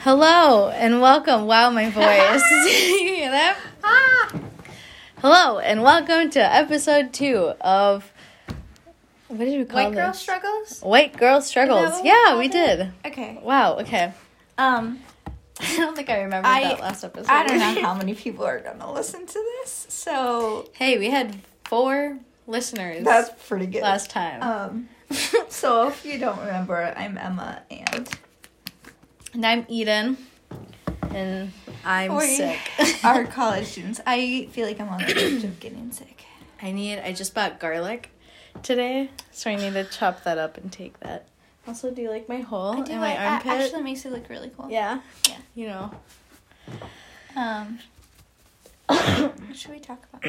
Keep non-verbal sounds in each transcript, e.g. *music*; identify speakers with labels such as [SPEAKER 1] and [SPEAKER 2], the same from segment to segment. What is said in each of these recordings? [SPEAKER 1] Hello and welcome. Wow, my voice. *laughs* you hear that?
[SPEAKER 2] Ah,
[SPEAKER 1] Hello and welcome to episode two of what did we call
[SPEAKER 2] White
[SPEAKER 1] this?
[SPEAKER 2] girl struggles.
[SPEAKER 1] White girl struggles.
[SPEAKER 2] what we
[SPEAKER 1] Yeah,
[SPEAKER 2] called
[SPEAKER 1] we
[SPEAKER 2] it?
[SPEAKER 1] did.
[SPEAKER 2] Okay.
[SPEAKER 1] Wow. Okay.
[SPEAKER 2] Um,
[SPEAKER 1] I don't think I remembered
[SPEAKER 2] *laughs* I-
[SPEAKER 1] that last episode.
[SPEAKER 2] I *laughs* don't know how many people are gonna listen to this, so
[SPEAKER 1] hey, we had four listeners
[SPEAKER 2] that's pretty good.
[SPEAKER 1] last time.
[SPEAKER 2] Um, *laughs* so if you don't remember, I'm Emma, and
[SPEAKER 1] and I'm Eden, and I'm
[SPEAKER 2] We *laughs*
[SPEAKER 1] sick. *laughs*
[SPEAKER 2] our college students. I feel like I'm on the verge of getting sick.
[SPEAKER 1] I need. I just bought garlic today, so I need to chop that up and take that. Also, do you like my hole
[SPEAKER 2] I
[SPEAKER 1] in
[SPEAKER 2] do
[SPEAKER 1] my
[SPEAKER 2] like-
[SPEAKER 1] armpit?
[SPEAKER 2] That actually makes it look really cool.
[SPEAKER 1] yeah.
[SPEAKER 2] Yeah.
[SPEAKER 1] You know.
[SPEAKER 2] *coughs* Um, what should we talk about?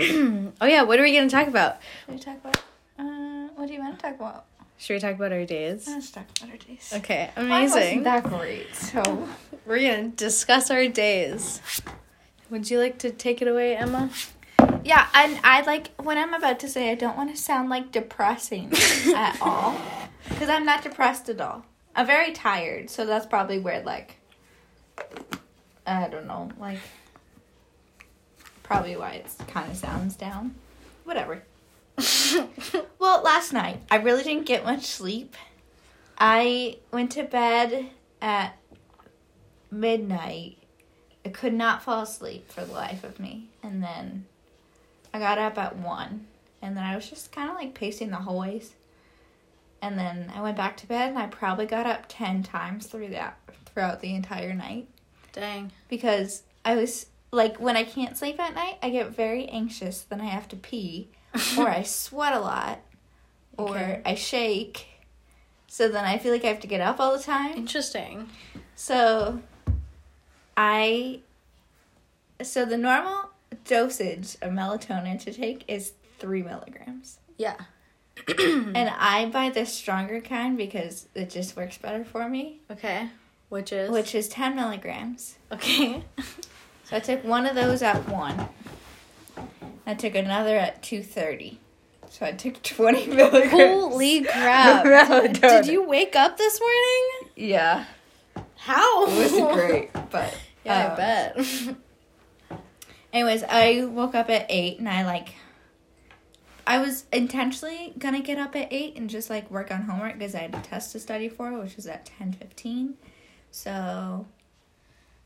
[SPEAKER 1] Oh yeah. What are we gonna talk about?
[SPEAKER 2] Should we talk about? Uh, what do you want to talk about?
[SPEAKER 1] Should we talk about our days?
[SPEAKER 2] Let's talk about our days.
[SPEAKER 1] Okay.
[SPEAKER 2] Mine
[SPEAKER 1] Amazing.
[SPEAKER 2] Uh, wasn't that great. So
[SPEAKER 1] We're gonna discuss our days. Would you like to take it away, Emma?
[SPEAKER 2] Yeah, and I like what I'm about to say. I don't want to sound like depressing at all, because I'm not depressed at all. I'm very tired, so that's probably where like I don't know, like probably why it's kind of sounds down. Whatever. Well, last night I really didn't get much sleep. I went to bed at midnight. I could not fall asleep for the life of me, and then. I got up at one, and then I was just kind of like pacing the hallways. And then I went back to bed, and I probably got up ten times through that throughout the entire night
[SPEAKER 1] Dang.
[SPEAKER 2] because I was like, when I can't sleep at night, I get very anxious. Then I have to pee, or I sweat a lot, or
[SPEAKER 1] Okay.
[SPEAKER 2] I shake. So then I feel like I have to get up all the time.
[SPEAKER 1] Interesting.
[SPEAKER 2] So I so the normal dosage of melatonin to take is three milligrams.
[SPEAKER 1] Yeah. Hmm.
[SPEAKER 2] And I buy the stronger kind because it just works better for me,
[SPEAKER 1] Okay. Which is
[SPEAKER 2] which is ten milligrams. *laughs*
[SPEAKER 1] Okay.
[SPEAKER 2] So I took one of those at one. I took another at two thirty. So I took twenty *laughs* milligrams.
[SPEAKER 1] Holy crap!
[SPEAKER 2] Melatonin.
[SPEAKER 1] *laughs* Did you wake up this morning?
[SPEAKER 2] Yeah.
[SPEAKER 1] How?
[SPEAKER 2] It wasn't greet, but
[SPEAKER 1] *laughs* Yeah, I
[SPEAKER 2] um,
[SPEAKER 1] bet. *laughs*
[SPEAKER 2] Anyways, I woke up at eight and I like. I was intentionally gonna get up at eight and just like work on homework because I had a test to study for, which was at ten fifteen. So,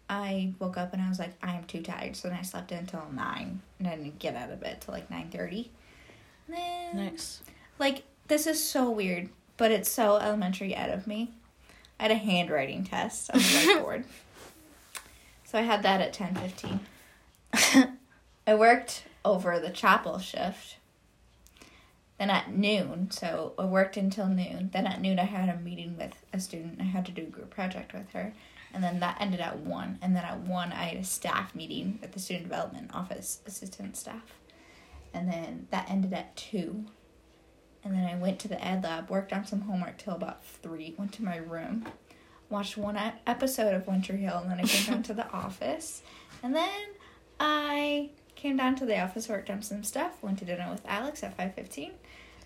[SPEAKER 2] I woke up and I was like, I am too tired. So then I slept until nine and I didn't get out of bed till like nine thirty. Then
[SPEAKER 1] nice.
[SPEAKER 2] like this is so weird, but it's so elementary out of me. I had a handwriting test on the whiteboard, so I had that at ten fifteen. *laughs* I worked over the chapel shift. Then at noon, so I worked until noon. Then at noon, I had a meeting with a student. I had to do a group project with her, and then that ended at one. And then at one, I had a staff meeting with the student development office assistant staff, and then that ended at two. And then I went to the ed lab, worked on some homework till about three, went to my room, watched one e- episode of Winter Hill, and then I came down to the office. And then I came down to the office, worked on some stuff, went to dinner with Alex at 5.15.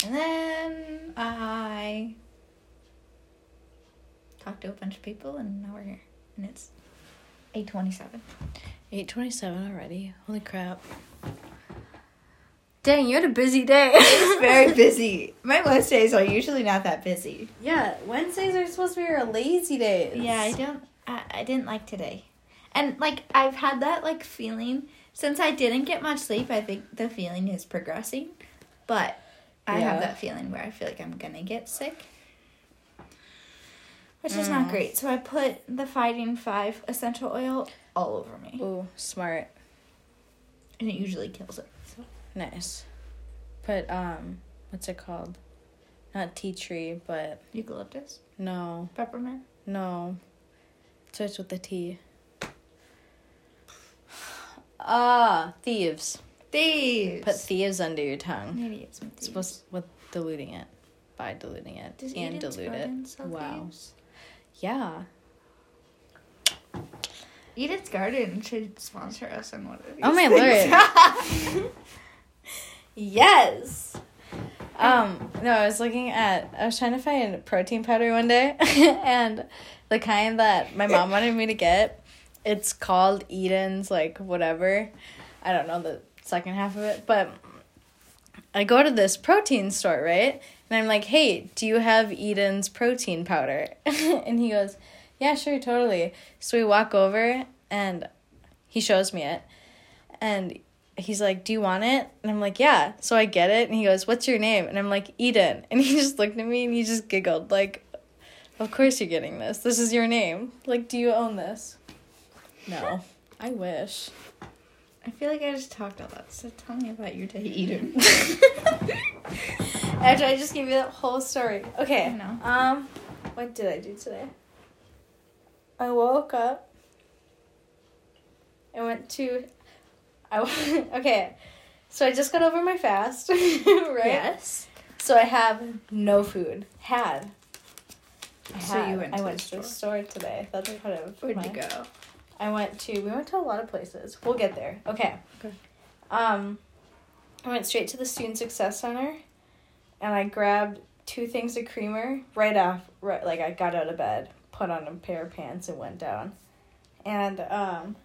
[SPEAKER 2] And then I talked to a bunch of people, and now we're here. And it's 8.27.
[SPEAKER 1] Eight twenty-seven already. Holy crap! Dang, you had a busy *laughs* day.
[SPEAKER 2] It's *laughs* very busy. My Wednesdays are usually not that busy.
[SPEAKER 1] yeah, Wednesdays are supposed to be our lazy days.
[SPEAKER 2] Yeah, I don't. I, I didn't like today, and like I've had that like feeling since I didn't get much sleep. I think the feeling is progressing, but I
[SPEAKER 1] Yeah.
[SPEAKER 2] have that feeling where I feel like I'm gonna get sick, which is
[SPEAKER 1] Mm.
[SPEAKER 2] not great. So I put the Fighting Five essential oil all over me,
[SPEAKER 1] Ooh, smart.
[SPEAKER 2] and it usually kills it. So.
[SPEAKER 1] Nice. But um, what's it called? Not tea tree, but
[SPEAKER 2] Eucalyptus,
[SPEAKER 1] no,
[SPEAKER 2] peppermint.
[SPEAKER 1] no. It starts with the T. *sighs* Ah, thieves.
[SPEAKER 2] Thieves.
[SPEAKER 1] Put thieves under your tongue.
[SPEAKER 2] Maybe it's some thieves.
[SPEAKER 1] It's supposed with diluting it, by diluting it
[SPEAKER 2] Does
[SPEAKER 1] and
[SPEAKER 2] Eden's
[SPEAKER 1] dilute it.
[SPEAKER 2] Garden sell
[SPEAKER 1] Wow.
[SPEAKER 2] thieves?
[SPEAKER 1] Yeah.
[SPEAKER 2] Edith's Garden should sponsor us *laughs* on one of these.
[SPEAKER 1] Oh my
[SPEAKER 2] things.
[SPEAKER 1] lord. Yes. Um, no, I was looking at I was trying to find protein powder one day *laughs* and the kind that my mom wanted me to get. It's called Eden's like whatever. I don't know the second half of it, but I go to this protein store, right? And I'm like, "Hey, do you have Eden's protein powder?" *laughs* and he goes, "Yeah, sure, totally." So we walk over and he shows me it. And he's like, Do you want it? And I'm like, Yeah. So I get it. And he goes, What's your name? And I'm like, Eden. And he *laughs* just looked at me and he just giggled, like, Of course you're getting this. This is your name. Like, do you own this? No. I wish.
[SPEAKER 2] I feel like I just talked a lot, so tell me about your day, Eden.
[SPEAKER 1] After I just gave you that whole story. Okay.
[SPEAKER 2] No.
[SPEAKER 1] Um, what did I do today? I woke up. I went to. I w- *laughs* okay. So I just got over my fast, *laughs* *laughs* right?
[SPEAKER 2] Yes.
[SPEAKER 1] So I have no food. Had. I
[SPEAKER 2] So you
[SPEAKER 1] had.
[SPEAKER 2] went
[SPEAKER 1] I
[SPEAKER 2] to
[SPEAKER 1] went
[SPEAKER 2] the
[SPEAKER 1] to the store today. That's part of
[SPEAKER 2] Where'd
[SPEAKER 1] my-
[SPEAKER 2] you go?
[SPEAKER 1] I went to we went to a lot of places. We'll get there. Okay.
[SPEAKER 2] Okay.
[SPEAKER 1] Um I went straight to the student success center and I grabbed two things of creamer right off right like I got out of bed, put on a pair of pants and went down. And um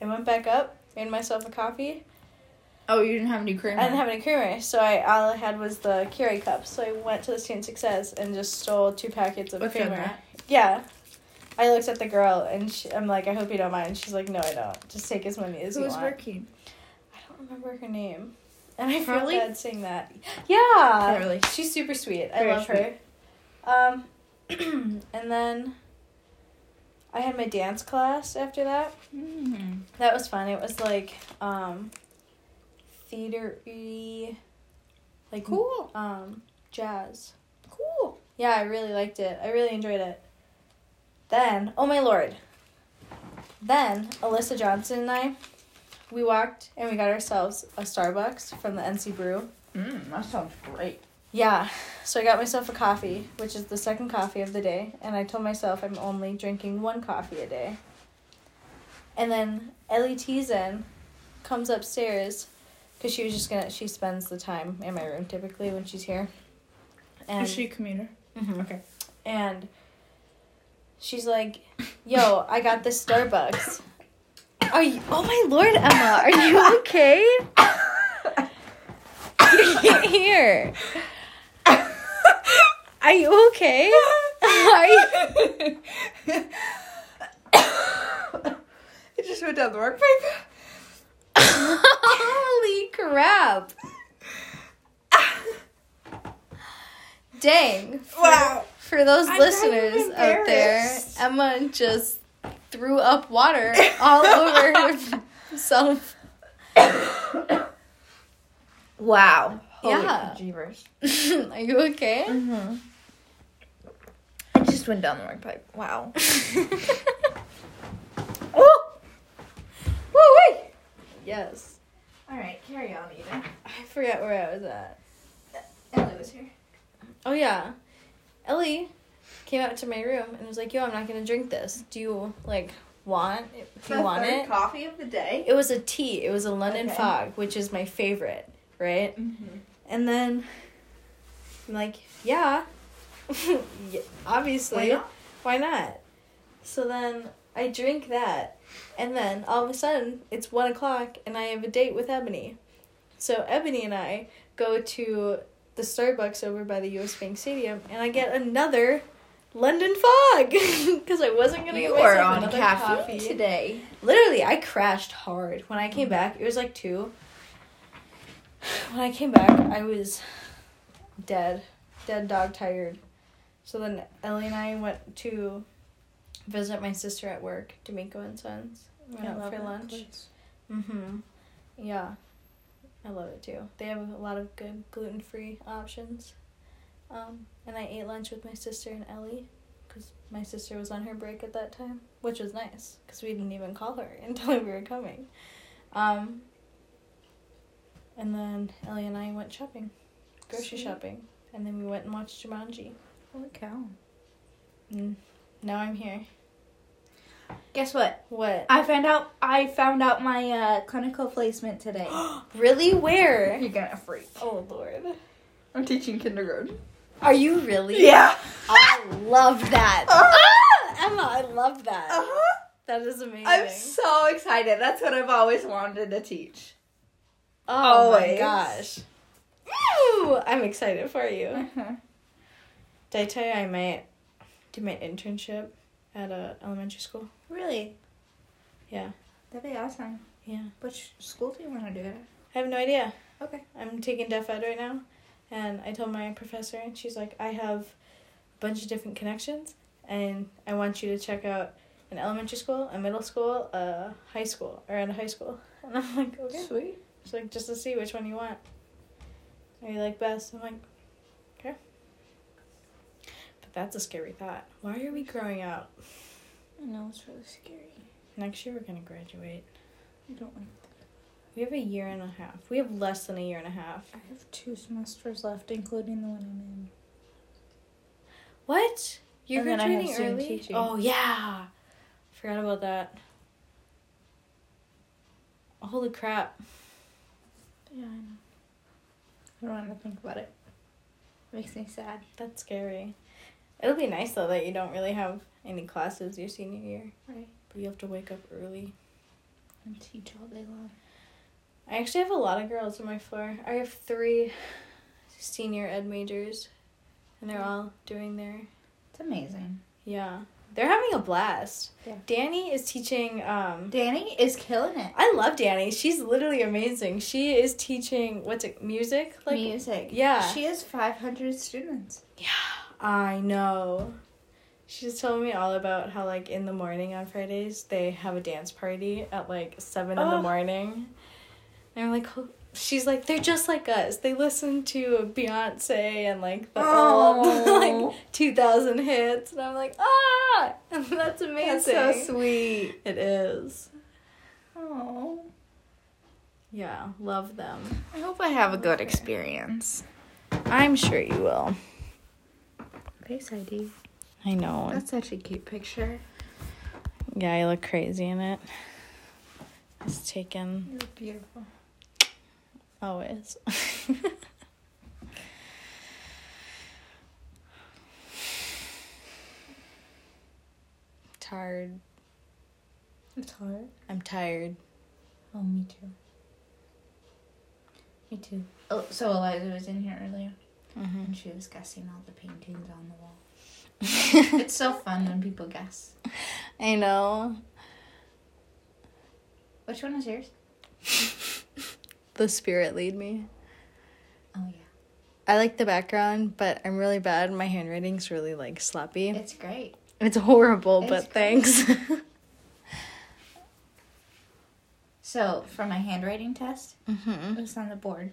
[SPEAKER 1] I went back up, made myself a coffee.
[SPEAKER 2] Oh, you didn't have any cream.
[SPEAKER 1] I didn't have any creamer, so I all I had was the Keurig cup. So I went to the student success and just stole two packets of
[SPEAKER 2] Within
[SPEAKER 1] creamer.
[SPEAKER 2] that.
[SPEAKER 1] Yeah. I looked at the girl and she, I'm like, I hope you don't mind. She's like, No, I don't. Just take as many as
[SPEAKER 2] Who
[SPEAKER 1] you
[SPEAKER 2] was
[SPEAKER 1] want.
[SPEAKER 2] working?
[SPEAKER 1] I don't remember her name.
[SPEAKER 2] *laughs*
[SPEAKER 1] And I felt
[SPEAKER 2] Carly?
[SPEAKER 1] bad saying that. Yeah.
[SPEAKER 2] Carly.
[SPEAKER 1] She's super sweet.
[SPEAKER 2] Very
[SPEAKER 1] I love her. Um, *clears throat* and then I had my dance class after that.
[SPEAKER 2] Mm.
[SPEAKER 1] That was fun. It was like um, theatery, like
[SPEAKER 2] Cool.
[SPEAKER 1] um, jazz.
[SPEAKER 2] Cool.
[SPEAKER 1] Yeah, I really liked it. I really enjoyed it. Then, oh my lord. Then Alyssa Johnson and I, we walked and we got ourselves a Starbucks from the NC Brew.
[SPEAKER 2] Mm, that sounds great.
[SPEAKER 1] Yeah, so I got myself a coffee, which is the second coffee of the day, and I told myself I'm only drinking one coffee a day. And then Ellie Teason comes upstairs because she was just gonna, she spends the time in my room typically when she's here. Mm-hmm.
[SPEAKER 2] Is she a commuter? *laughs* Okay.
[SPEAKER 1] And she's like, "Yo, I got this Starbucks." Are you? Oh my lord, Emma, are you *laughs* okay? Here, are you *laughs* okay? Are you?
[SPEAKER 2] it just went down the work pipe.
[SPEAKER 1] Holy crap! Dang! For,
[SPEAKER 2] Wow.
[SPEAKER 1] For those
[SPEAKER 2] I'm
[SPEAKER 1] listeners
[SPEAKER 2] kind of
[SPEAKER 1] out there,
[SPEAKER 2] embarrassed.
[SPEAKER 1] Emma just threw up water all *laughs* over herself. *laughs*
[SPEAKER 2] *coughs* Wow.
[SPEAKER 1] Yeah.
[SPEAKER 2] Jeebers.
[SPEAKER 1] Are you *laughs* okay?
[SPEAKER 2] Mm-hmm. It just went down the wrong pipe. Wow. oh! Woo wee!
[SPEAKER 1] yes.
[SPEAKER 2] Alright, carry on, Eden.
[SPEAKER 1] I forgot where I was at.
[SPEAKER 2] Ellie was here.
[SPEAKER 1] Oh yeah, Ellie came out to my room and was like, "Yo, I'm not gonna drink this. Do you like want? Do you want it?"
[SPEAKER 2] coffee of the day.
[SPEAKER 1] It was a tea. It was a London
[SPEAKER 2] Okay.
[SPEAKER 1] Fog, which is my favorite, right?
[SPEAKER 2] Mm-hmm.
[SPEAKER 1] And then I'm like, yeah, *laughs* Yeah, obviously.
[SPEAKER 2] Why not?
[SPEAKER 1] Why not? So then I drink that, and then all of a sudden it's one o'clock, and I have a date with Ebony. So Ebony and I go to the Starbucks over by the U.S. Bank Stadium, and I get another London Fog *laughs* because I wasn't gonna get
[SPEAKER 2] You
[SPEAKER 1] myself
[SPEAKER 2] are on
[SPEAKER 1] another
[SPEAKER 2] caffeine
[SPEAKER 1] coffee
[SPEAKER 2] today.
[SPEAKER 1] literally i crashed hard when i came back it was like two when i came back i was dead dead dog tired so then ellie and i went to visit my sister at work D'Amico and sons went out for lunch mm-hmm yeah i love it too they have a lot of good gluten-free options um, and i ate lunch with my sister and ellie because my sister was on her break at that time which was nice because we didn't even call her *laughs* and tell her we were coming. Um, and then Ellie and I went shopping, grocery
[SPEAKER 2] Sweet.
[SPEAKER 1] shopping, and then we went and watched Jumanji.
[SPEAKER 2] Holy cow.
[SPEAKER 1] And now I'm here.
[SPEAKER 2] Guess what?
[SPEAKER 1] What?
[SPEAKER 2] I found out I found out my *gasps* uh, clinical placement today.
[SPEAKER 1] really? Where?
[SPEAKER 2] You're gonna freak.
[SPEAKER 1] oh Lord.
[SPEAKER 2] I'm teaching kindergarten.
[SPEAKER 1] Are you really?
[SPEAKER 2] *laughs* Yeah.
[SPEAKER 1] I love that. Ah, *laughs* Emma, I love that.
[SPEAKER 2] Uh-huh.
[SPEAKER 1] That is amazing.
[SPEAKER 2] I'm so excited. That's what I've always wanted to teach.
[SPEAKER 1] oh my
[SPEAKER 2] always.
[SPEAKER 1] gosh. Woo! I'm excited for you.
[SPEAKER 2] Uh-huh.
[SPEAKER 1] Did I tell you I might do my internship at a elementary school?
[SPEAKER 2] Really?
[SPEAKER 1] Yeah.
[SPEAKER 2] That'd be awesome.
[SPEAKER 1] Yeah.
[SPEAKER 2] Which school do you want to do it
[SPEAKER 1] I have no idea.
[SPEAKER 2] at? Okay.
[SPEAKER 1] I'm taking Def Ed right now, and I told my professor, and she's like, I have a bunch of different connections, and I want you to check out an elementary school, a middle school, a high school, or at a high school. *laughs* And I'm like, okay.
[SPEAKER 2] Sweet.
[SPEAKER 1] She's like, just to see which one you want. Or you like best. I'm like, okay. But that's a scary thought. Why are we growing up?
[SPEAKER 2] No, it's really scary.
[SPEAKER 1] Next year we're gonna graduate.
[SPEAKER 2] I don't want that.
[SPEAKER 1] We have a year and a half. We have less than a year and a half.
[SPEAKER 2] I have two semesters left, including the one I'm in.
[SPEAKER 1] What? You're
[SPEAKER 2] And then I have
[SPEAKER 1] graduating
[SPEAKER 2] student
[SPEAKER 1] early?
[SPEAKER 2] teaching.
[SPEAKER 1] Oh yeah. Forgot about that. Holy crap.
[SPEAKER 2] Yeah, I know. I don't want to think about it. Makes me sad.
[SPEAKER 1] That's scary. It'll be nice though that you don't really have any classes your senior year.
[SPEAKER 2] Right.
[SPEAKER 1] But you have to wake up early.
[SPEAKER 2] And teach all day long.
[SPEAKER 1] I actually have a lot of girls on my floor. I have three senior ed majors, and they're all doing their
[SPEAKER 2] It's amazing.
[SPEAKER 1] yeah. They're having a blast.
[SPEAKER 2] Yeah.
[SPEAKER 1] Danny is teaching. Um,
[SPEAKER 2] Danny is killing it.
[SPEAKER 1] I love Danny. She's literally amazing. She is teaching what's it music like.
[SPEAKER 2] Music.
[SPEAKER 1] yeah.
[SPEAKER 2] She has 500 students.
[SPEAKER 1] I know. She just told me all about how like in the morning on Fridays they have a dance party at like seven in the
[SPEAKER 2] Oh.
[SPEAKER 1] morning. And I'm like, "Ho-" she's like, they're just like us. They listen to Beyonce and like the old *laughs*
[SPEAKER 2] Oh.
[SPEAKER 1] like two thousand hits, and I'm like, ah, *laughs* that's amazing.
[SPEAKER 2] sweet.
[SPEAKER 1] It is.
[SPEAKER 2] Oh.
[SPEAKER 1] Yeah, love them.
[SPEAKER 2] I hope I have a good
[SPEAKER 1] Okay.
[SPEAKER 2] experience.
[SPEAKER 1] I'm sure you will.
[SPEAKER 2] Face ID.
[SPEAKER 1] I know.
[SPEAKER 2] That's such a cute picture.
[SPEAKER 1] Yeah, I look crazy in it. It's taken
[SPEAKER 2] You look beautiful.
[SPEAKER 1] always. *laughs* tired.
[SPEAKER 2] It's hard.
[SPEAKER 1] I'm tired.
[SPEAKER 2] Oh, me too. Me too. Oh, so Eliza was in here earlier,
[SPEAKER 1] Mm-hmm.
[SPEAKER 2] and she was guessing all the paintings on the *laughs* wall. it's so fun when people guess.
[SPEAKER 1] I know.
[SPEAKER 2] Which one is yours?
[SPEAKER 1] The spirit lead me.
[SPEAKER 2] Oh yeah,
[SPEAKER 1] I like the background, but I'm really bad. My handwriting's really like sloppy.
[SPEAKER 2] it's great.
[SPEAKER 1] It's horrible,
[SPEAKER 2] It's
[SPEAKER 1] but
[SPEAKER 2] great.
[SPEAKER 1] thanks. *laughs*
[SPEAKER 2] So for my handwriting test,
[SPEAKER 1] mm-hmm.
[SPEAKER 2] it was on the board.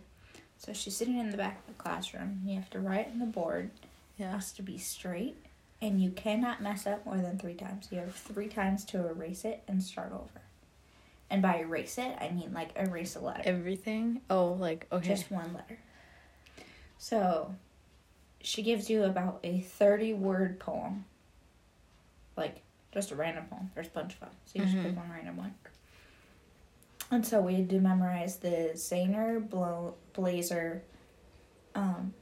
[SPEAKER 2] So she's sitting in the back of the classroom. You have to write on the board. It
[SPEAKER 1] Yeah.
[SPEAKER 2] has to be straight, and you cannot mess up more than three times. You have three times to erase it and start over. And by erase it, I mean like erase a letter.
[SPEAKER 1] Everything. Oh, like okay.
[SPEAKER 2] just one letter. So she gives you about a 30 word poem. Like just a random poem. There's a bunch of them. So you just pick one random one. And so we had to memorize the Zaner Blo- Blazer um,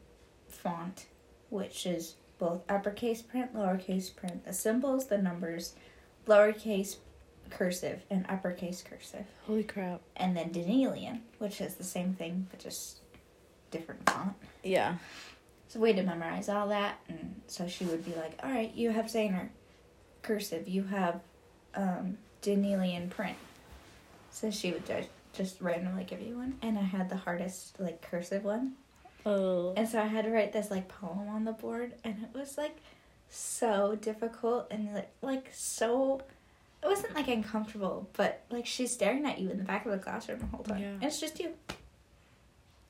[SPEAKER 2] font, which is both uppercase print, lowercase print, the symbols, the numbers, lowercase cursive, and uppercase cursive
[SPEAKER 1] Holy crap.
[SPEAKER 2] and then Denelian, which is the same thing but just different font.
[SPEAKER 1] Yeah.
[SPEAKER 2] So we had to memorize all that, and so she would be like, "All right, you have Zaner, cursive. You have um, Denelian print." So she would just just randomly give you one, and I had the hardest like cursive one,
[SPEAKER 1] Oh.
[SPEAKER 2] and so I had to write this like poem on the board, and it was like so difficult and like like so. It wasn't like uncomfortable, but like she's staring at you in the back of the classroom the whole time.
[SPEAKER 1] Yeah.
[SPEAKER 2] And it's just you.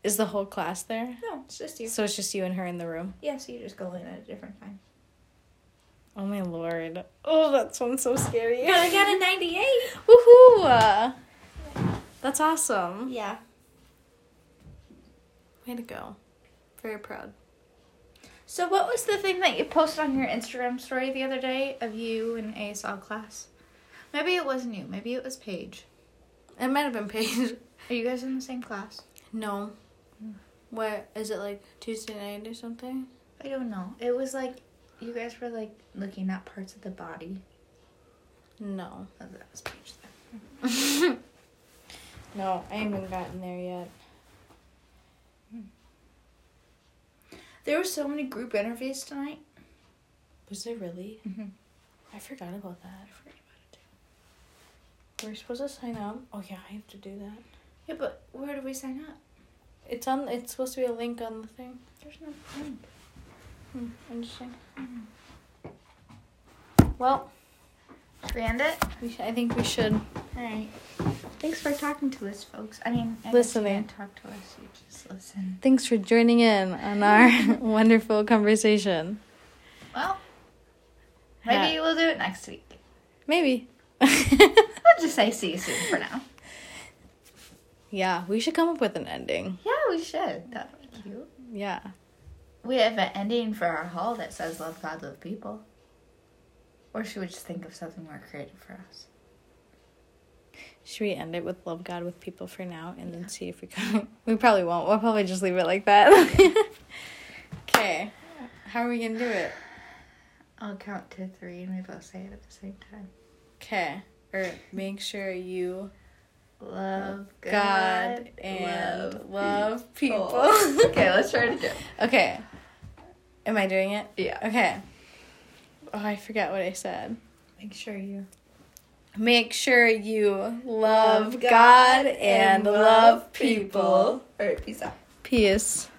[SPEAKER 1] Is the whole class there?
[SPEAKER 2] No, it's just you.
[SPEAKER 1] So it's just you and her in the room.
[SPEAKER 2] Yeah, so you just go in at a different *laughs* time.
[SPEAKER 1] Oh my lord. Oh, that sounds so scary. *laughs*
[SPEAKER 2] I got a 98.
[SPEAKER 1] Woohoo! Uh, That's awesome.
[SPEAKER 2] Yeah.
[SPEAKER 1] Way to go. Very proud.
[SPEAKER 2] So what was the thing that you posted on your Instagram story the other day of you in ASL class? Maybe it wasn't you. Maybe it was Paige.
[SPEAKER 1] It might have been Paige. *laughs*
[SPEAKER 2] Are you guys in the same class?
[SPEAKER 1] No. What is it like Tuesday night or something?
[SPEAKER 2] I don't know. It was like you guys were like looking at parts of the body.
[SPEAKER 1] No.
[SPEAKER 2] Oh, that was page seven.
[SPEAKER 1] No, I haven't gotten there yet.
[SPEAKER 2] There were so many group interviews tonight.
[SPEAKER 1] Was there really?
[SPEAKER 2] Mm-hmm.
[SPEAKER 1] I forgot about that. We're supposed to sign up. Oh yeah, I have to do that.
[SPEAKER 2] Yeah, but where do we sign up?
[SPEAKER 1] It's on. It's supposed to be a link on the thing.
[SPEAKER 2] There's no link.
[SPEAKER 1] Hmm, interesting. Mm-hmm. Well,
[SPEAKER 2] Grand it.
[SPEAKER 1] we sh- I think we should.
[SPEAKER 2] All right. Thanks for talking to us, folks. I mean, I
[SPEAKER 1] Listening.
[SPEAKER 2] Guess you can't talk to us. You just listen.
[SPEAKER 1] Thanks for joining in on
[SPEAKER 2] *laughs*
[SPEAKER 1] our wonderful conversation.
[SPEAKER 2] Well, maybe
[SPEAKER 1] Yeah.
[SPEAKER 2] we'll do it next week.
[SPEAKER 1] Maybe.
[SPEAKER 2] I'll just say see you soon for now.
[SPEAKER 1] yeah, we should come up with an ending.
[SPEAKER 2] *laughs* Yeah, we should. That would be cute.
[SPEAKER 1] Yeah.
[SPEAKER 2] We have an ending for our haul that says "Love God, love people," or should we just think of something more creative for us?
[SPEAKER 1] Should we end it with love God with people for now and then see if we can? *laughs* We probably won't. We'll probably just leave it like that. *laughs* okay. How are we gonna do it?
[SPEAKER 2] I'll count to three, and we both say it at the same time.
[SPEAKER 1] Okay. Or make sure you
[SPEAKER 2] Love God,
[SPEAKER 1] God and love, people.
[SPEAKER 2] *laughs*
[SPEAKER 1] *laughs*
[SPEAKER 2] okay, let's try it again.
[SPEAKER 1] okay. Am I doing it?
[SPEAKER 2] Yeah.
[SPEAKER 1] Okay. Oh, I forgot what I said.
[SPEAKER 2] Make sure you
[SPEAKER 1] Make sure you love, God and love people.
[SPEAKER 2] All right, peace out.
[SPEAKER 1] Peace.